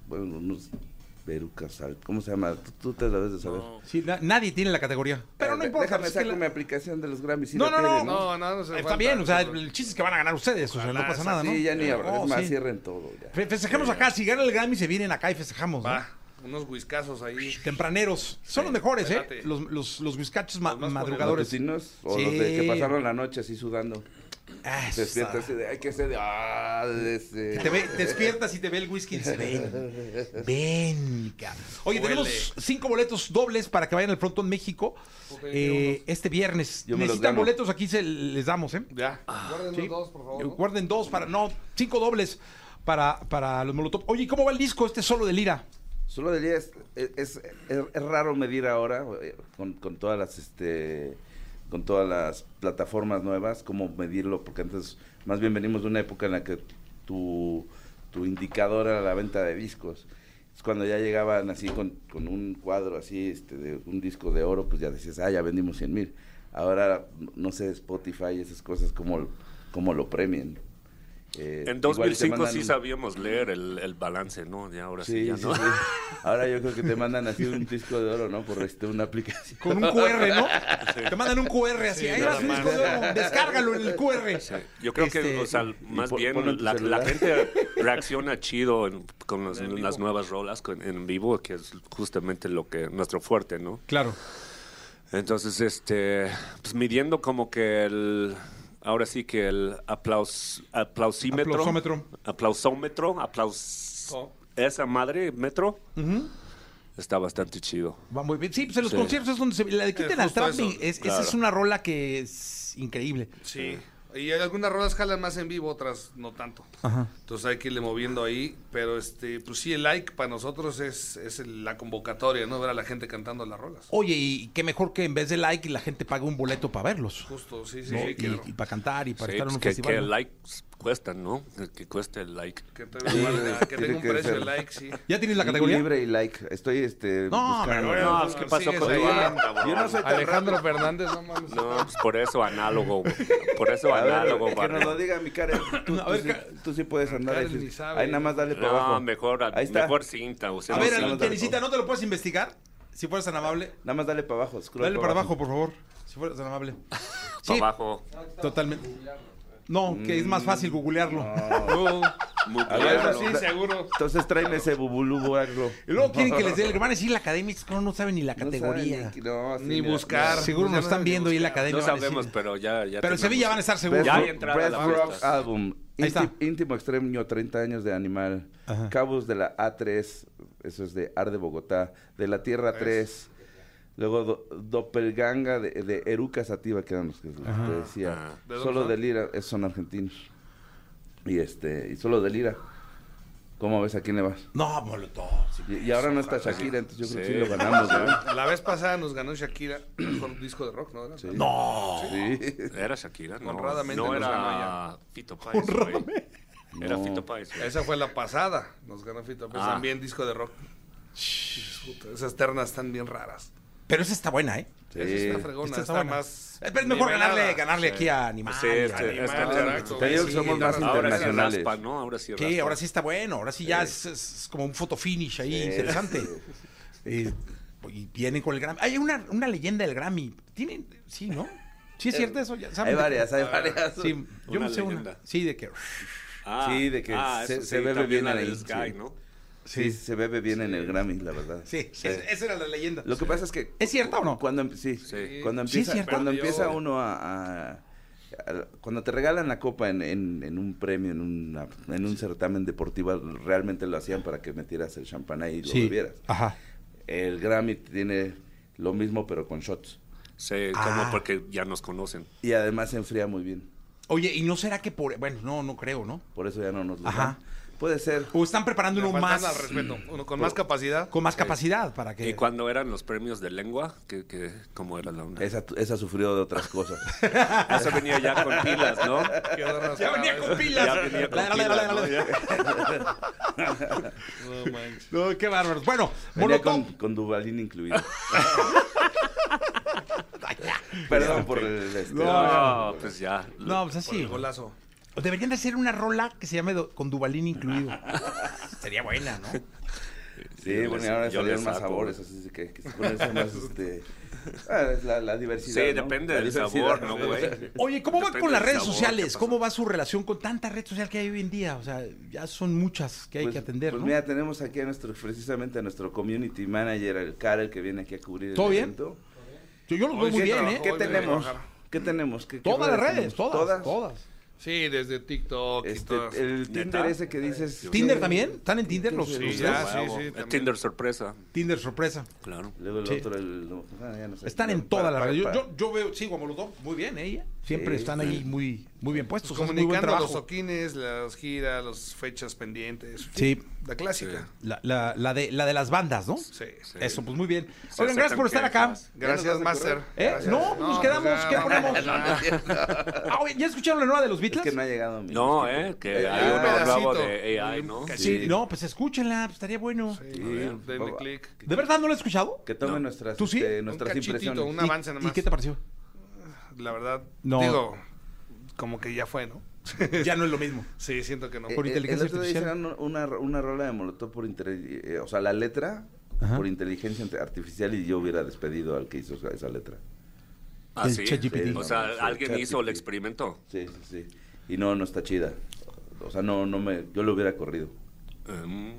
Speaker 7: bueno, unos Veruca Salt, ¿cómo se llama? Tú, tú te la debes de saber.
Speaker 6: Sí, na- nadie tiene la categoría. Pero
Speaker 7: Eh,
Speaker 6: no importa.
Speaker 7: Déjame
Speaker 6: pues,
Speaker 7: sacar
Speaker 6: que la-
Speaker 7: mi aplicación de los Grammys. sí
Speaker 6: No,
Speaker 7: la
Speaker 6: no,
Speaker 7: tienen,
Speaker 8: No, no, no se
Speaker 6: Está
Speaker 8: falta.
Speaker 6: bien, o sea, el chiste es que van a ganar ustedes, o sea, no
Speaker 8: Ojalá,
Speaker 6: pasa nada, ¿no?
Speaker 7: Sí, ya ni
Speaker 6: No,
Speaker 7: habrá, es más,
Speaker 6: sí.
Speaker 7: cierren todo ya.
Speaker 6: Fe- Festejemos acá, si gana el Grammy se vienen acá y festejamos, ¿no?
Speaker 8: Va, unos whiskazos ahí.
Speaker 6: Tempraneros. Son los mejores, ¿eh?
Speaker 8: espérate.
Speaker 6: Los, los, los bizcachos ma-
Speaker 8: Los más
Speaker 6: madrugadores.
Speaker 7: Matutinos, o
Speaker 6: Sí.
Speaker 7: los de que pasaron la noche así sudando.
Speaker 6: Ah, eso
Speaker 7: Se despierta
Speaker 6: está.
Speaker 7: así de, ay, que se de, ah, de ese.
Speaker 6: Te, ve- te despiertas y te ve el whisky y dices, ven, ven, cabrón". Oye,
Speaker 8: Huele.
Speaker 6: tenemos cinco boletos dobles para que vayan al Frontón México eh, este viernes.
Speaker 7: Yo me los
Speaker 6: Necesitan
Speaker 7: gano.
Speaker 6: boletos, aquí se les damos, ¿eh?
Speaker 8: Ya. Guarden los dos, por
Speaker 6: Eh, Guarden dos para, no, cinco dobles para, para los Molotov. Oye, ¿y ¿cómo va el disco este solo de Lira?
Speaker 7: Solo diría, es, es, es- es raro medir ahora eh, con, con todas las este con todas las plataformas nuevas, cómo medirlo, porque antes más bien venimos de una época en la que tu, tu indicador era la venta de discos. Es cuando ya llegaban así con, con un cuadro así, este, de un disco de oro, pues ya decías, ah, ya vendimos 100 mil. Ahora, no sé, Spotify y esas cosas, cómo, cómo lo premien. Eh,
Speaker 9: En
Speaker 7: igual y te
Speaker 9: 2005
Speaker 7: mandan
Speaker 9: sí
Speaker 7: un-
Speaker 9: sabíamos leer el, el balance, ¿no? Ya ahora sí, ya
Speaker 7: sí,
Speaker 9: no.
Speaker 7: sí. Ahora yo creo que te mandan así un disco de oro, ¿no? Por este, una aplicación.
Speaker 6: Con un QR, ¿no? Te mandan un QR así.
Speaker 8: Sí,
Speaker 6: ahí
Speaker 8: nada
Speaker 6: vas un
Speaker 8: más.
Speaker 6: disco de oro, descárgalo en el QR.
Speaker 9: Yo creo que,
Speaker 6: Este,
Speaker 9: o sea, más
Speaker 7: pon- ponlo en
Speaker 9: bien
Speaker 7: tu
Speaker 9: la, la
Speaker 7: celular.
Speaker 9: gente reacciona chido en- con las,
Speaker 8: En vivo.
Speaker 9: las nuevas rolas con- en vivo, que es justamente lo que nuestro fuerte, ¿no?
Speaker 6: Claro.
Speaker 9: Entonces, este, pues midiendo como que el, ahora sí que el aplaus, aplausímetro.
Speaker 6: Aplausómetro.
Speaker 9: Aplausómetro, aplaus,
Speaker 8: Oh.
Speaker 9: esa madre, metro, está bastante chido.
Speaker 6: Va muy bien. Sí, pues en los
Speaker 9: Sí.
Speaker 6: conciertos es donde se... La de Quiten
Speaker 8: Eh,
Speaker 6: al
Speaker 8: justo
Speaker 6: Trapping,
Speaker 8: eso,
Speaker 6: es, esa
Speaker 9: claro.
Speaker 6: es una rola que es increíble.
Speaker 8: Sí. Y hay algunas rolas jalan más en vivo, otras no tanto.
Speaker 6: Ajá.
Speaker 8: Entonces hay que irle moviendo ahí. Pero este, pues sí, el like para nosotros es, es el- la convocatoria, ¿no? Ver a la gente cantando las rolas.
Speaker 6: Oye, y qué mejor que en vez de like la gente pague un boleto para verlos.
Speaker 8: Justo, sí, sí,
Speaker 6: ¿no?
Speaker 8: sí,
Speaker 6: y,
Speaker 8: claro.
Speaker 6: para cantar y para
Speaker 9: Sí,
Speaker 6: estar en
Speaker 9: pues
Speaker 6: un
Speaker 9: que,
Speaker 6: festival.
Speaker 9: que
Speaker 6: ¿no?
Speaker 9: likes cuestan, ¿no? Que, que cueste el like.
Speaker 8: Que, tenga un guarda- que
Speaker 7: tiene
Speaker 8: tenga un
Speaker 7: que
Speaker 8: precio
Speaker 7: ser.
Speaker 8: de like, sí.
Speaker 6: ¿Ya tienes la categoría?
Speaker 7: Libre y like. Estoy, este...
Speaker 6: No,
Speaker 7: buscando.
Speaker 6: pero
Speaker 9: No, pues, ¿qué pasó
Speaker 8: Sigues
Speaker 9: con
Speaker 8: ahí.
Speaker 9: tu banda, bro?
Speaker 7: Yo no soy tan
Speaker 8: Alejandro Fernández, no mames.
Speaker 9: No, pues por eso análogo. güey. Por eso
Speaker 7: A ver,
Speaker 9: análogo,
Speaker 7: que nos
Speaker 9: barrio.
Speaker 7: lo diga mi Karen. Tú,
Speaker 6: A
Speaker 7: tú
Speaker 6: ver,
Speaker 7: sí,
Speaker 6: Karen.
Speaker 7: tú sí puedes andar.
Speaker 8: Karen
Speaker 7: ahí,
Speaker 8: ni
Speaker 7: sí.
Speaker 8: sabe.
Speaker 7: Ahí nada más dale para
Speaker 9: No,
Speaker 7: abajo.
Speaker 9: mejor,
Speaker 7: Ahí está.
Speaker 9: mejor cinta. o sea,
Speaker 6: A
Speaker 9: no
Speaker 6: ver,
Speaker 9: sé.
Speaker 7: no, no,
Speaker 6: Teresita,
Speaker 7: no.
Speaker 6: ¿no te lo puedes investigar? Si fueras tan amable.
Speaker 7: Nada más dale para abajo. scroll
Speaker 6: Dale para abajo, por favor. Si fueras tan amable.
Speaker 9: Pa'
Speaker 6: Sí,
Speaker 9: abajo.
Speaker 6: totalmente. No, que es más fácil googlearlo.
Speaker 9: Muy
Speaker 7: A ver,
Speaker 9: claro.
Speaker 7: sí, seguro. Entonces tráeme ese bubulú, guarlo.
Speaker 6: Y luego quieren que les dé el van a decir la academia, es que no, no saben ni la
Speaker 7: No saben
Speaker 6: categoría.
Speaker 7: ni- no, sí,
Speaker 8: Ni
Speaker 7: mira,
Speaker 8: buscar.
Speaker 6: Seguro
Speaker 8: No
Speaker 6: nos
Speaker 8: saben
Speaker 6: están
Speaker 8: ni
Speaker 6: viendo y la
Speaker 8: buscar.
Speaker 6: academia.
Speaker 9: No
Speaker 6: van a decir.
Speaker 9: sabemos, pero ya. ya
Speaker 6: Pero en
Speaker 9: tenemos-
Speaker 6: Sevilla van a estar seguros.
Speaker 7: Best,
Speaker 9: Ya hay
Speaker 7: Rock-
Speaker 9: entrada
Speaker 7: Best
Speaker 9: a la
Speaker 7: Rock
Speaker 9: fiesta.
Speaker 7: Album.
Speaker 6: Ahí
Speaker 7: Inti-
Speaker 6: está.
Speaker 7: Íntimo extremo, 30 años de animal.
Speaker 6: Ajá.
Speaker 7: Cabos de la A3, eso es de Ar de Bogotá. De la Tierra 3, Luego do- Doppelganga de, de Eruca Sativa, que eran los que te decía.
Speaker 8: ¿De dónde
Speaker 7: solo
Speaker 8: son?
Speaker 7: de Lira, esos son argentinos. Y este, y solo de Lira. ¿Cómo ves a quién le vas?
Speaker 6: No, Molotov. sí.
Speaker 7: Y, y ahora no está Shakira, entonces yo creo que sí
Speaker 9: Sí.
Speaker 7: lo ganamos, ¿verdad?
Speaker 8: La vez pasada nos ganó Shakira con disco de rock, ¿no? Era?
Speaker 6: No.
Speaker 7: Sí.
Speaker 9: Era Shakira, no.
Speaker 8: Honradamente
Speaker 9: no
Speaker 8: nos
Speaker 9: era
Speaker 8: ganó
Speaker 9: Fito Páez, güey. Era Fito Páez, güey.
Speaker 8: Esa fue la pasada. Nos ganó Fito Páez,
Speaker 9: Ah.
Speaker 8: también disco de rock. Dices, puta, Esas ternas están bien raras.
Speaker 6: Pero esa está buena, ¿eh?
Speaker 7: Sí.
Speaker 8: Esa está fregona,
Speaker 6: Esta está
Speaker 8: está,
Speaker 6: buena.
Speaker 8: más.
Speaker 6: Eh, pero es mejor
Speaker 8: nivelada.
Speaker 6: ganarle, ganarle
Speaker 9: Sí.
Speaker 6: aquí a Animal.
Speaker 9: Sí, este,
Speaker 6: a-
Speaker 9: este,
Speaker 8: Animal,
Speaker 9: claro.
Speaker 8: exacto.
Speaker 7: Ah, Te digo que
Speaker 8: Sí,
Speaker 7: somos más
Speaker 8: no,
Speaker 9: Ahora sí
Speaker 7: internacionales.
Speaker 9: raspa, ¿no? Ahora sí raspa.
Speaker 6: Sí, ahora sí está bueno, ahora sí ya es, es como un photo finish ahí, interesante. Eh, y vienen con el Grammy. Hay una, una leyenda del Grammy. Tienen, sí, ¿no? Sí, es cierto eso. Ya, ¿saben
Speaker 7: Hay
Speaker 6: de- Ah,
Speaker 7: varias, hay varias.
Speaker 6: Sí, yo
Speaker 9: Una
Speaker 6: me sé una.
Speaker 9: leyenda.
Speaker 6: Sí, de que.
Speaker 9: Ah,
Speaker 7: Sí, de que
Speaker 9: ah,
Speaker 7: se-
Speaker 9: eso
Speaker 7: se bebe
Speaker 9: también
Speaker 7: bien
Speaker 9: la
Speaker 7: ahí,
Speaker 9: del Sky,
Speaker 7: sí.
Speaker 9: ¿no?
Speaker 7: Sí, se bebe bien en el Grammy, la verdad.
Speaker 6: Sí, es- esa era la leyenda.
Speaker 7: Lo que pasa es que...
Speaker 6: ¿Es cierta o no?
Speaker 7: Cuando, em- sí,
Speaker 9: Sí.
Speaker 7: cuando
Speaker 6: Sí, es
Speaker 7: empieza,
Speaker 6: cierto.
Speaker 7: cuando
Speaker 8: Perdió.
Speaker 7: empieza uno a, a- a- Cuando te regalan la copa en, en- en un premio, en, una- en un certamen deportivo, realmente lo hacían para que metieras el champán ahí y lo bebieras.
Speaker 6: Ajá.
Speaker 7: El Grammy tiene lo mismo, pero con shots.
Speaker 9: Sí,
Speaker 6: Ah.
Speaker 9: como porque ya nos conocen.
Speaker 7: Y además se enfría muy bien.
Speaker 6: Oye, ¿y no será que por.? Bueno, no, no creo, ¿no?
Speaker 7: Por eso ya no nos lo
Speaker 6: Ajá.
Speaker 7: dan. Puede ser.
Speaker 6: O están preparando
Speaker 8: Le
Speaker 6: uno
Speaker 8: faltan
Speaker 6: más.
Speaker 8: al respeto. Uno con más capacidad.
Speaker 6: Con más capacidad para
Speaker 9: Y
Speaker 6: que.
Speaker 9: cuando eran los premios de lengua, que, que, ¿cómo era la onda?
Speaker 7: Esa, esa sufrió de otras cosas.
Speaker 9: Eso venía ya con pilas, ¿no?
Speaker 6: Ya
Speaker 8: Quedó raspada,
Speaker 6: venía con
Speaker 8: ¿ves?
Speaker 6: pilas.
Speaker 9: Ya venía con
Speaker 6: La- la- la- la-
Speaker 9: pilas, ¿no?
Speaker 6: la- la-
Speaker 8: No manches.
Speaker 6: No, qué bárbaros. Bueno,
Speaker 7: Venía
Speaker 6: Molotov.
Speaker 7: con, con Duvalín incluido. Perdón por el... este,
Speaker 9: No, pues ya.
Speaker 6: No, pues
Speaker 8: Por
Speaker 6: así.
Speaker 8: el golazo.
Speaker 6: O deberían de hacer una rola que se llame do- con Dubalín incluido. Sería buena, ¿no?
Speaker 7: Sí,
Speaker 9: Yo
Speaker 7: bueno,
Speaker 9: le-
Speaker 7: y ahora
Speaker 9: yo le
Speaker 7: salieron más
Speaker 9: saco,
Speaker 7: sabores, así es que, que se ponerse más, este... ah, es la, la diversidad,
Speaker 9: Sí,
Speaker 7: ¿no?
Speaker 9: depende
Speaker 7: La
Speaker 9: del
Speaker 7: diversidad,
Speaker 9: sabor, ¿no, güey?
Speaker 6: Oye, ¿cómo va
Speaker 9: Depende
Speaker 6: con las
Speaker 9: del
Speaker 6: redes
Speaker 9: sabor,
Speaker 6: sociales?
Speaker 9: ¿qué
Speaker 6: ¿Cómo va su relación con tanta red social que hay hoy en día? O sea, ya son muchas que hay
Speaker 7: Pues-
Speaker 6: que atender,
Speaker 7: Pues
Speaker 6: ¿no?
Speaker 7: mira, tenemos aquí a nuestro, precisamente a nuestro community manager, el Karel, que viene aquí a cubrir el
Speaker 6: ¿Todo bien?
Speaker 7: evento.
Speaker 6: yo, yo los veo
Speaker 8: Hoy
Speaker 6: muy
Speaker 8: sí
Speaker 6: bien,
Speaker 8: trabajó,
Speaker 6: ¿eh?
Speaker 7: ¿Qué
Speaker 8: Hoy viene a
Speaker 7: tenemos?
Speaker 8: trabajar.
Speaker 7: ¿Qué tenemos? ¿Qué- qué
Speaker 6: Todas las redes,
Speaker 7: tenemos?
Speaker 6: todas, todas.
Speaker 8: Sí, desde TikTok y
Speaker 7: Este,
Speaker 8: todas.
Speaker 7: el Tinder
Speaker 9: ¿Neta?
Speaker 7: ese que dices...
Speaker 6: ¿Tinder también? ¿Están en Tinder los, los
Speaker 8: Sí,
Speaker 6: tres?
Speaker 8: ya, sí, sí.
Speaker 9: El
Speaker 8: también.
Speaker 9: Tinder sorpresa,
Speaker 6: Tinder sorpresa.
Speaker 9: claro.
Speaker 7: Luego el
Speaker 6: Sí.
Speaker 7: otro, el... no, ah, ya no sé.
Speaker 6: Están en
Speaker 7: Para-
Speaker 6: todas las
Speaker 7: para-
Speaker 6: redes. Yo,
Speaker 7: para-
Speaker 6: yo, yo veo, sigo a Molotov muy bien, ¿eh? Siempre
Speaker 7: Sí,
Speaker 6: están ahí muy, muy bien puestos. hacen Pues muy buen
Speaker 8: Comunicando los
Speaker 6: trabajo.
Speaker 8: toquines, las giras, las fechas pendientes.
Speaker 6: Sí.
Speaker 8: La clásica.
Speaker 6: La, la, la de, la de las bandas, ¿no?
Speaker 8: Sí.
Speaker 9: Sí.
Speaker 6: Eso, pues muy bien.
Speaker 9: Se
Speaker 6: Oigan, gracias por estar
Speaker 9: aceptan
Speaker 6: acá.
Speaker 9: quejas.
Speaker 7: ¿Ya
Speaker 8: Gracias,
Speaker 7: nos vas a
Speaker 8: Master.
Speaker 7: correr?
Speaker 6: ¿Eh?
Speaker 8: Gracias.
Speaker 6: No, pues quedamos, ¿qué
Speaker 8: no,
Speaker 6: ponemos?
Speaker 8: no, no.
Speaker 6: Ah, oye, ¿Ya escucharon la nueva de los Beatles?
Speaker 7: Es que no ha llegado. mi-
Speaker 9: No, eh, que
Speaker 7: Eh,
Speaker 9: hay
Speaker 7: un
Speaker 9: uno nuevo
Speaker 8: pedacito.
Speaker 9: de AI, ¿no?
Speaker 8: Un
Speaker 6: Sí, no, pues escúchenla, pues, estaría bueno.
Speaker 8: Sí,
Speaker 7: ver,
Speaker 8: denle
Speaker 7: va-
Speaker 8: clic.
Speaker 6: ¿De verdad no la he escuchado?
Speaker 7: Que tomen
Speaker 9: No.
Speaker 7: nuestras,
Speaker 6: ¿Tú sí?
Speaker 7: este,
Speaker 6: Un
Speaker 7: nuestras
Speaker 8: cachitito,
Speaker 7: impresiones.
Speaker 8: Un avance
Speaker 6: ¿Y-
Speaker 8: nomás.
Speaker 6: ¿Y qué te pareció?
Speaker 8: La verdad,
Speaker 6: No.
Speaker 8: digo, como que ya fue, ¿no?
Speaker 6: Ya no es lo mismo.
Speaker 8: Sí, siento que no.
Speaker 7: Eh,
Speaker 6: Por
Speaker 7: eh,
Speaker 6: inteligencia
Speaker 7: el otro día
Speaker 6: artificial.
Speaker 7: hicieron una, una rola de Molotov por intel- eh, o sea, la letra
Speaker 6: Ajá.
Speaker 7: por inteligencia ante- artificial y yo hubiera despedido al que hizo esa- esa letra.
Speaker 9: Ah,
Speaker 6: El
Speaker 9: sí.
Speaker 6: ChatGPT.
Speaker 9: O sea,
Speaker 7: Sí,
Speaker 9: alguien
Speaker 7: ChatGPT.
Speaker 9: hizo el experimento.
Speaker 7: Sí, sí, sí. Y no, no está chida. O sea, no, no me, yo lo hubiera corrido.
Speaker 9: Mm,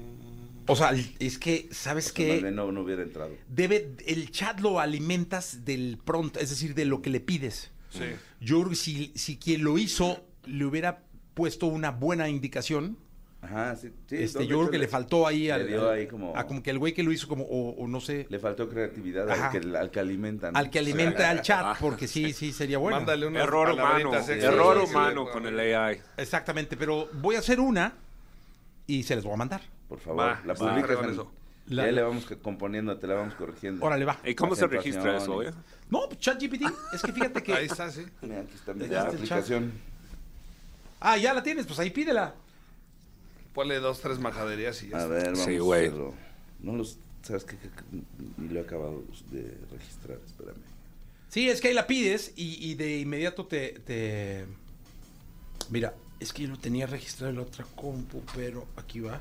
Speaker 6: O sea, es que, ¿sabes
Speaker 7: O sea, Pues más
Speaker 6: qué?
Speaker 7: bien no, no hubiera entrado.
Speaker 6: Debe, el chat lo alimentas del prompt, es decir, de lo que le pides.
Speaker 8: Sí.
Speaker 6: Yo creo que si, si quien lo hizo le hubiera puesto una buena indicación,
Speaker 7: Ajá, sí. sí, no,
Speaker 6: este,
Speaker 7: de
Speaker 6: yo creo
Speaker 7: hecho,
Speaker 6: que le, faltó ahí,
Speaker 7: le
Speaker 6: al,
Speaker 7: dio
Speaker 6: al-
Speaker 7: ahí como-
Speaker 6: a como que el güey que lo hizo como, o, o no sé,
Speaker 7: Le faltó creatividad al
Speaker 6: Ajá.
Speaker 7: que, al que alimentan.
Speaker 6: al que alimenta al chat, porque sí, sí, sería bueno.
Speaker 8: Mándale unas
Speaker 9: Error humano.
Speaker 8: palabritas extras.
Speaker 9: Error
Speaker 8: Sí, sí,
Speaker 9: humano
Speaker 8: sí,
Speaker 9: con
Speaker 8: sí.
Speaker 9: el AI.
Speaker 6: Exactamente, pero voy a hacer una y se les voy a mandar.
Speaker 7: Por favor,
Speaker 8: Va,
Speaker 7: la
Speaker 8: va,
Speaker 7: publicas.
Speaker 8: con
Speaker 7: en-
Speaker 8: eso.
Speaker 7: y
Speaker 6: La-
Speaker 7: ahí le vamos co- componiendo, te la vamos corrigiendo.
Speaker 6: Órale, va.
Speaker 9: ¿Y cómo se
Speaker 7: Acentuación
Speaker 9: registra eso,
Speaker 7: y-
Speaker 9: eh?
Speaker 6: No, pues, ChatGPT, es que fíjate
Speaker 8: Ahí
Speaker 6: que...
Speaker 8: está, sí.
Speaker 7: Mira, aquí está mira,
Speaker 6: Ya
Speaker 7: la
Speaker 6: está el chat.
Speaker 7: aplicación.
Speaker 6: Ah, ya la tienes, pues ahí pídela.
Speaker 8: Ponle dos, tres majaderías y ya
Speaker 7: A
Speaker 8: está.
Speaker 7: ver, vamos
Speaker 9: Sí,
Speaker 7: a
Speaker 9: güey.
Speaker 7: hacerlo. No los... ¿Sabes qué? Que- que Ni lo he acabado de registrar, espérame.
Speaker 6: Sí, es que ahí la pides y, y de inmediato te, te- Mira, es que yo lo tenía registrado en la otra compu, pero aquí va.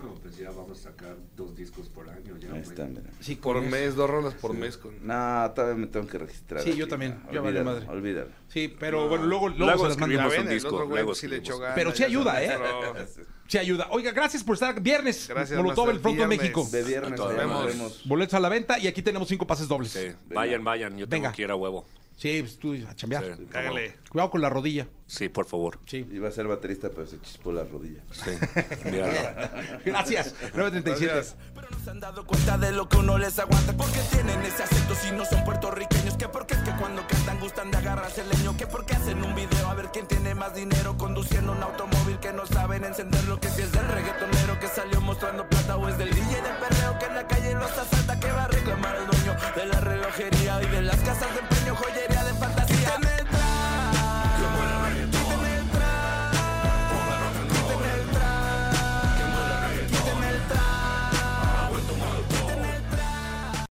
Speaker 9: No, pues ya vamos a sacar dos discos por año.
Speaker 6: Pues
Speaker 9: Ya,
Speaker 7: Ahí está, mira.
Speaker 6: Sí,
Speaker 8: Por
Speaker 6: con eso.
Speaker 8: mes, dos rolas por mes. Con...
Speaker 7: No, todavía me tengo que registrar.
Speaker 6: Sí, yo también. Ya valió
Speaker 7: olvídalo,
Speaker 6: madre.
Speaker 7: Olvídalo.
Speaker 6: Sí, pero bueno, luego, luego,
Speaker 9: Luego
Speaker 6: se las mando.
Speaker 9: escribimos
Speaker 8: Ya
Speaker 9: Vimos
Speaker 8: ven,
Speaker 9: un
Speaker 8: el
Speaker 9: disco,
Speaker 8: otro güey pues,
Speaker 9: luego
Speaker 8: sí le
Speaker 9: escribimos.
Speaker 8: echó ganas,
Speaker 6: Pero sí
Speaker 8: ya
Speaker 6: ayuda,
Speaker 8: sabes,
Speaker 6: ¿eh?
Speaker 8: pero-
Speaker 6: Sí, ayuda. Oiga, gracias por estar. Viernes,
Speaker 8: Gracias,
Speaker 6: Molotov,
Speaker 8: Master.
Speaker 6: el Frontón
Speaker 8: Viernes.
Speaker 6: México.
Speaker 7: De viernes
Speaker 9: Entonces,
Speaker 7: allá nos
Speaker 9: vemos.
Speaker 7: vemos.
Speaker 6: Boletos a la venta y aquí tenemos cinco pases dobles.
Speaker 9: Sí,
Speaker 6: Sí,
Speaker 9: vayan, vayan. Yo tengo
Speaker 6: Venga.
Speaker 9: que ir a huevo.
Speaker 6: pues tú a chambear.
Speaker 9: Sí.
Speaker 8: Cágale.
Speaker 6: Cuidado con la rodilla.
Speaker 9: Sí, por favor.
Speaker 6: Sí.
Speaker 7: Iba a ser baterista, pero se chispó la rodilla.
Speaker 9: Sí. Míralo.
Speaker 6: Gracias. 937.
Speaker 5: Pero no se han dado cuenta de lo que uno les aguanta Porque tienen ese acento si no son puertorriqueños Que porque es que cuando cantan gustan de agarrarse el leño Que porque hacen un video a ver quién tiene más dinero Conduciendo un automóvil que no saben encender Lo que si es del reggaetonero que salió mostrando plata O es del DJ de perreo que en la calle los asalta Que va a reclamar el dueño de la relojería Y de las casas de empeño, joyería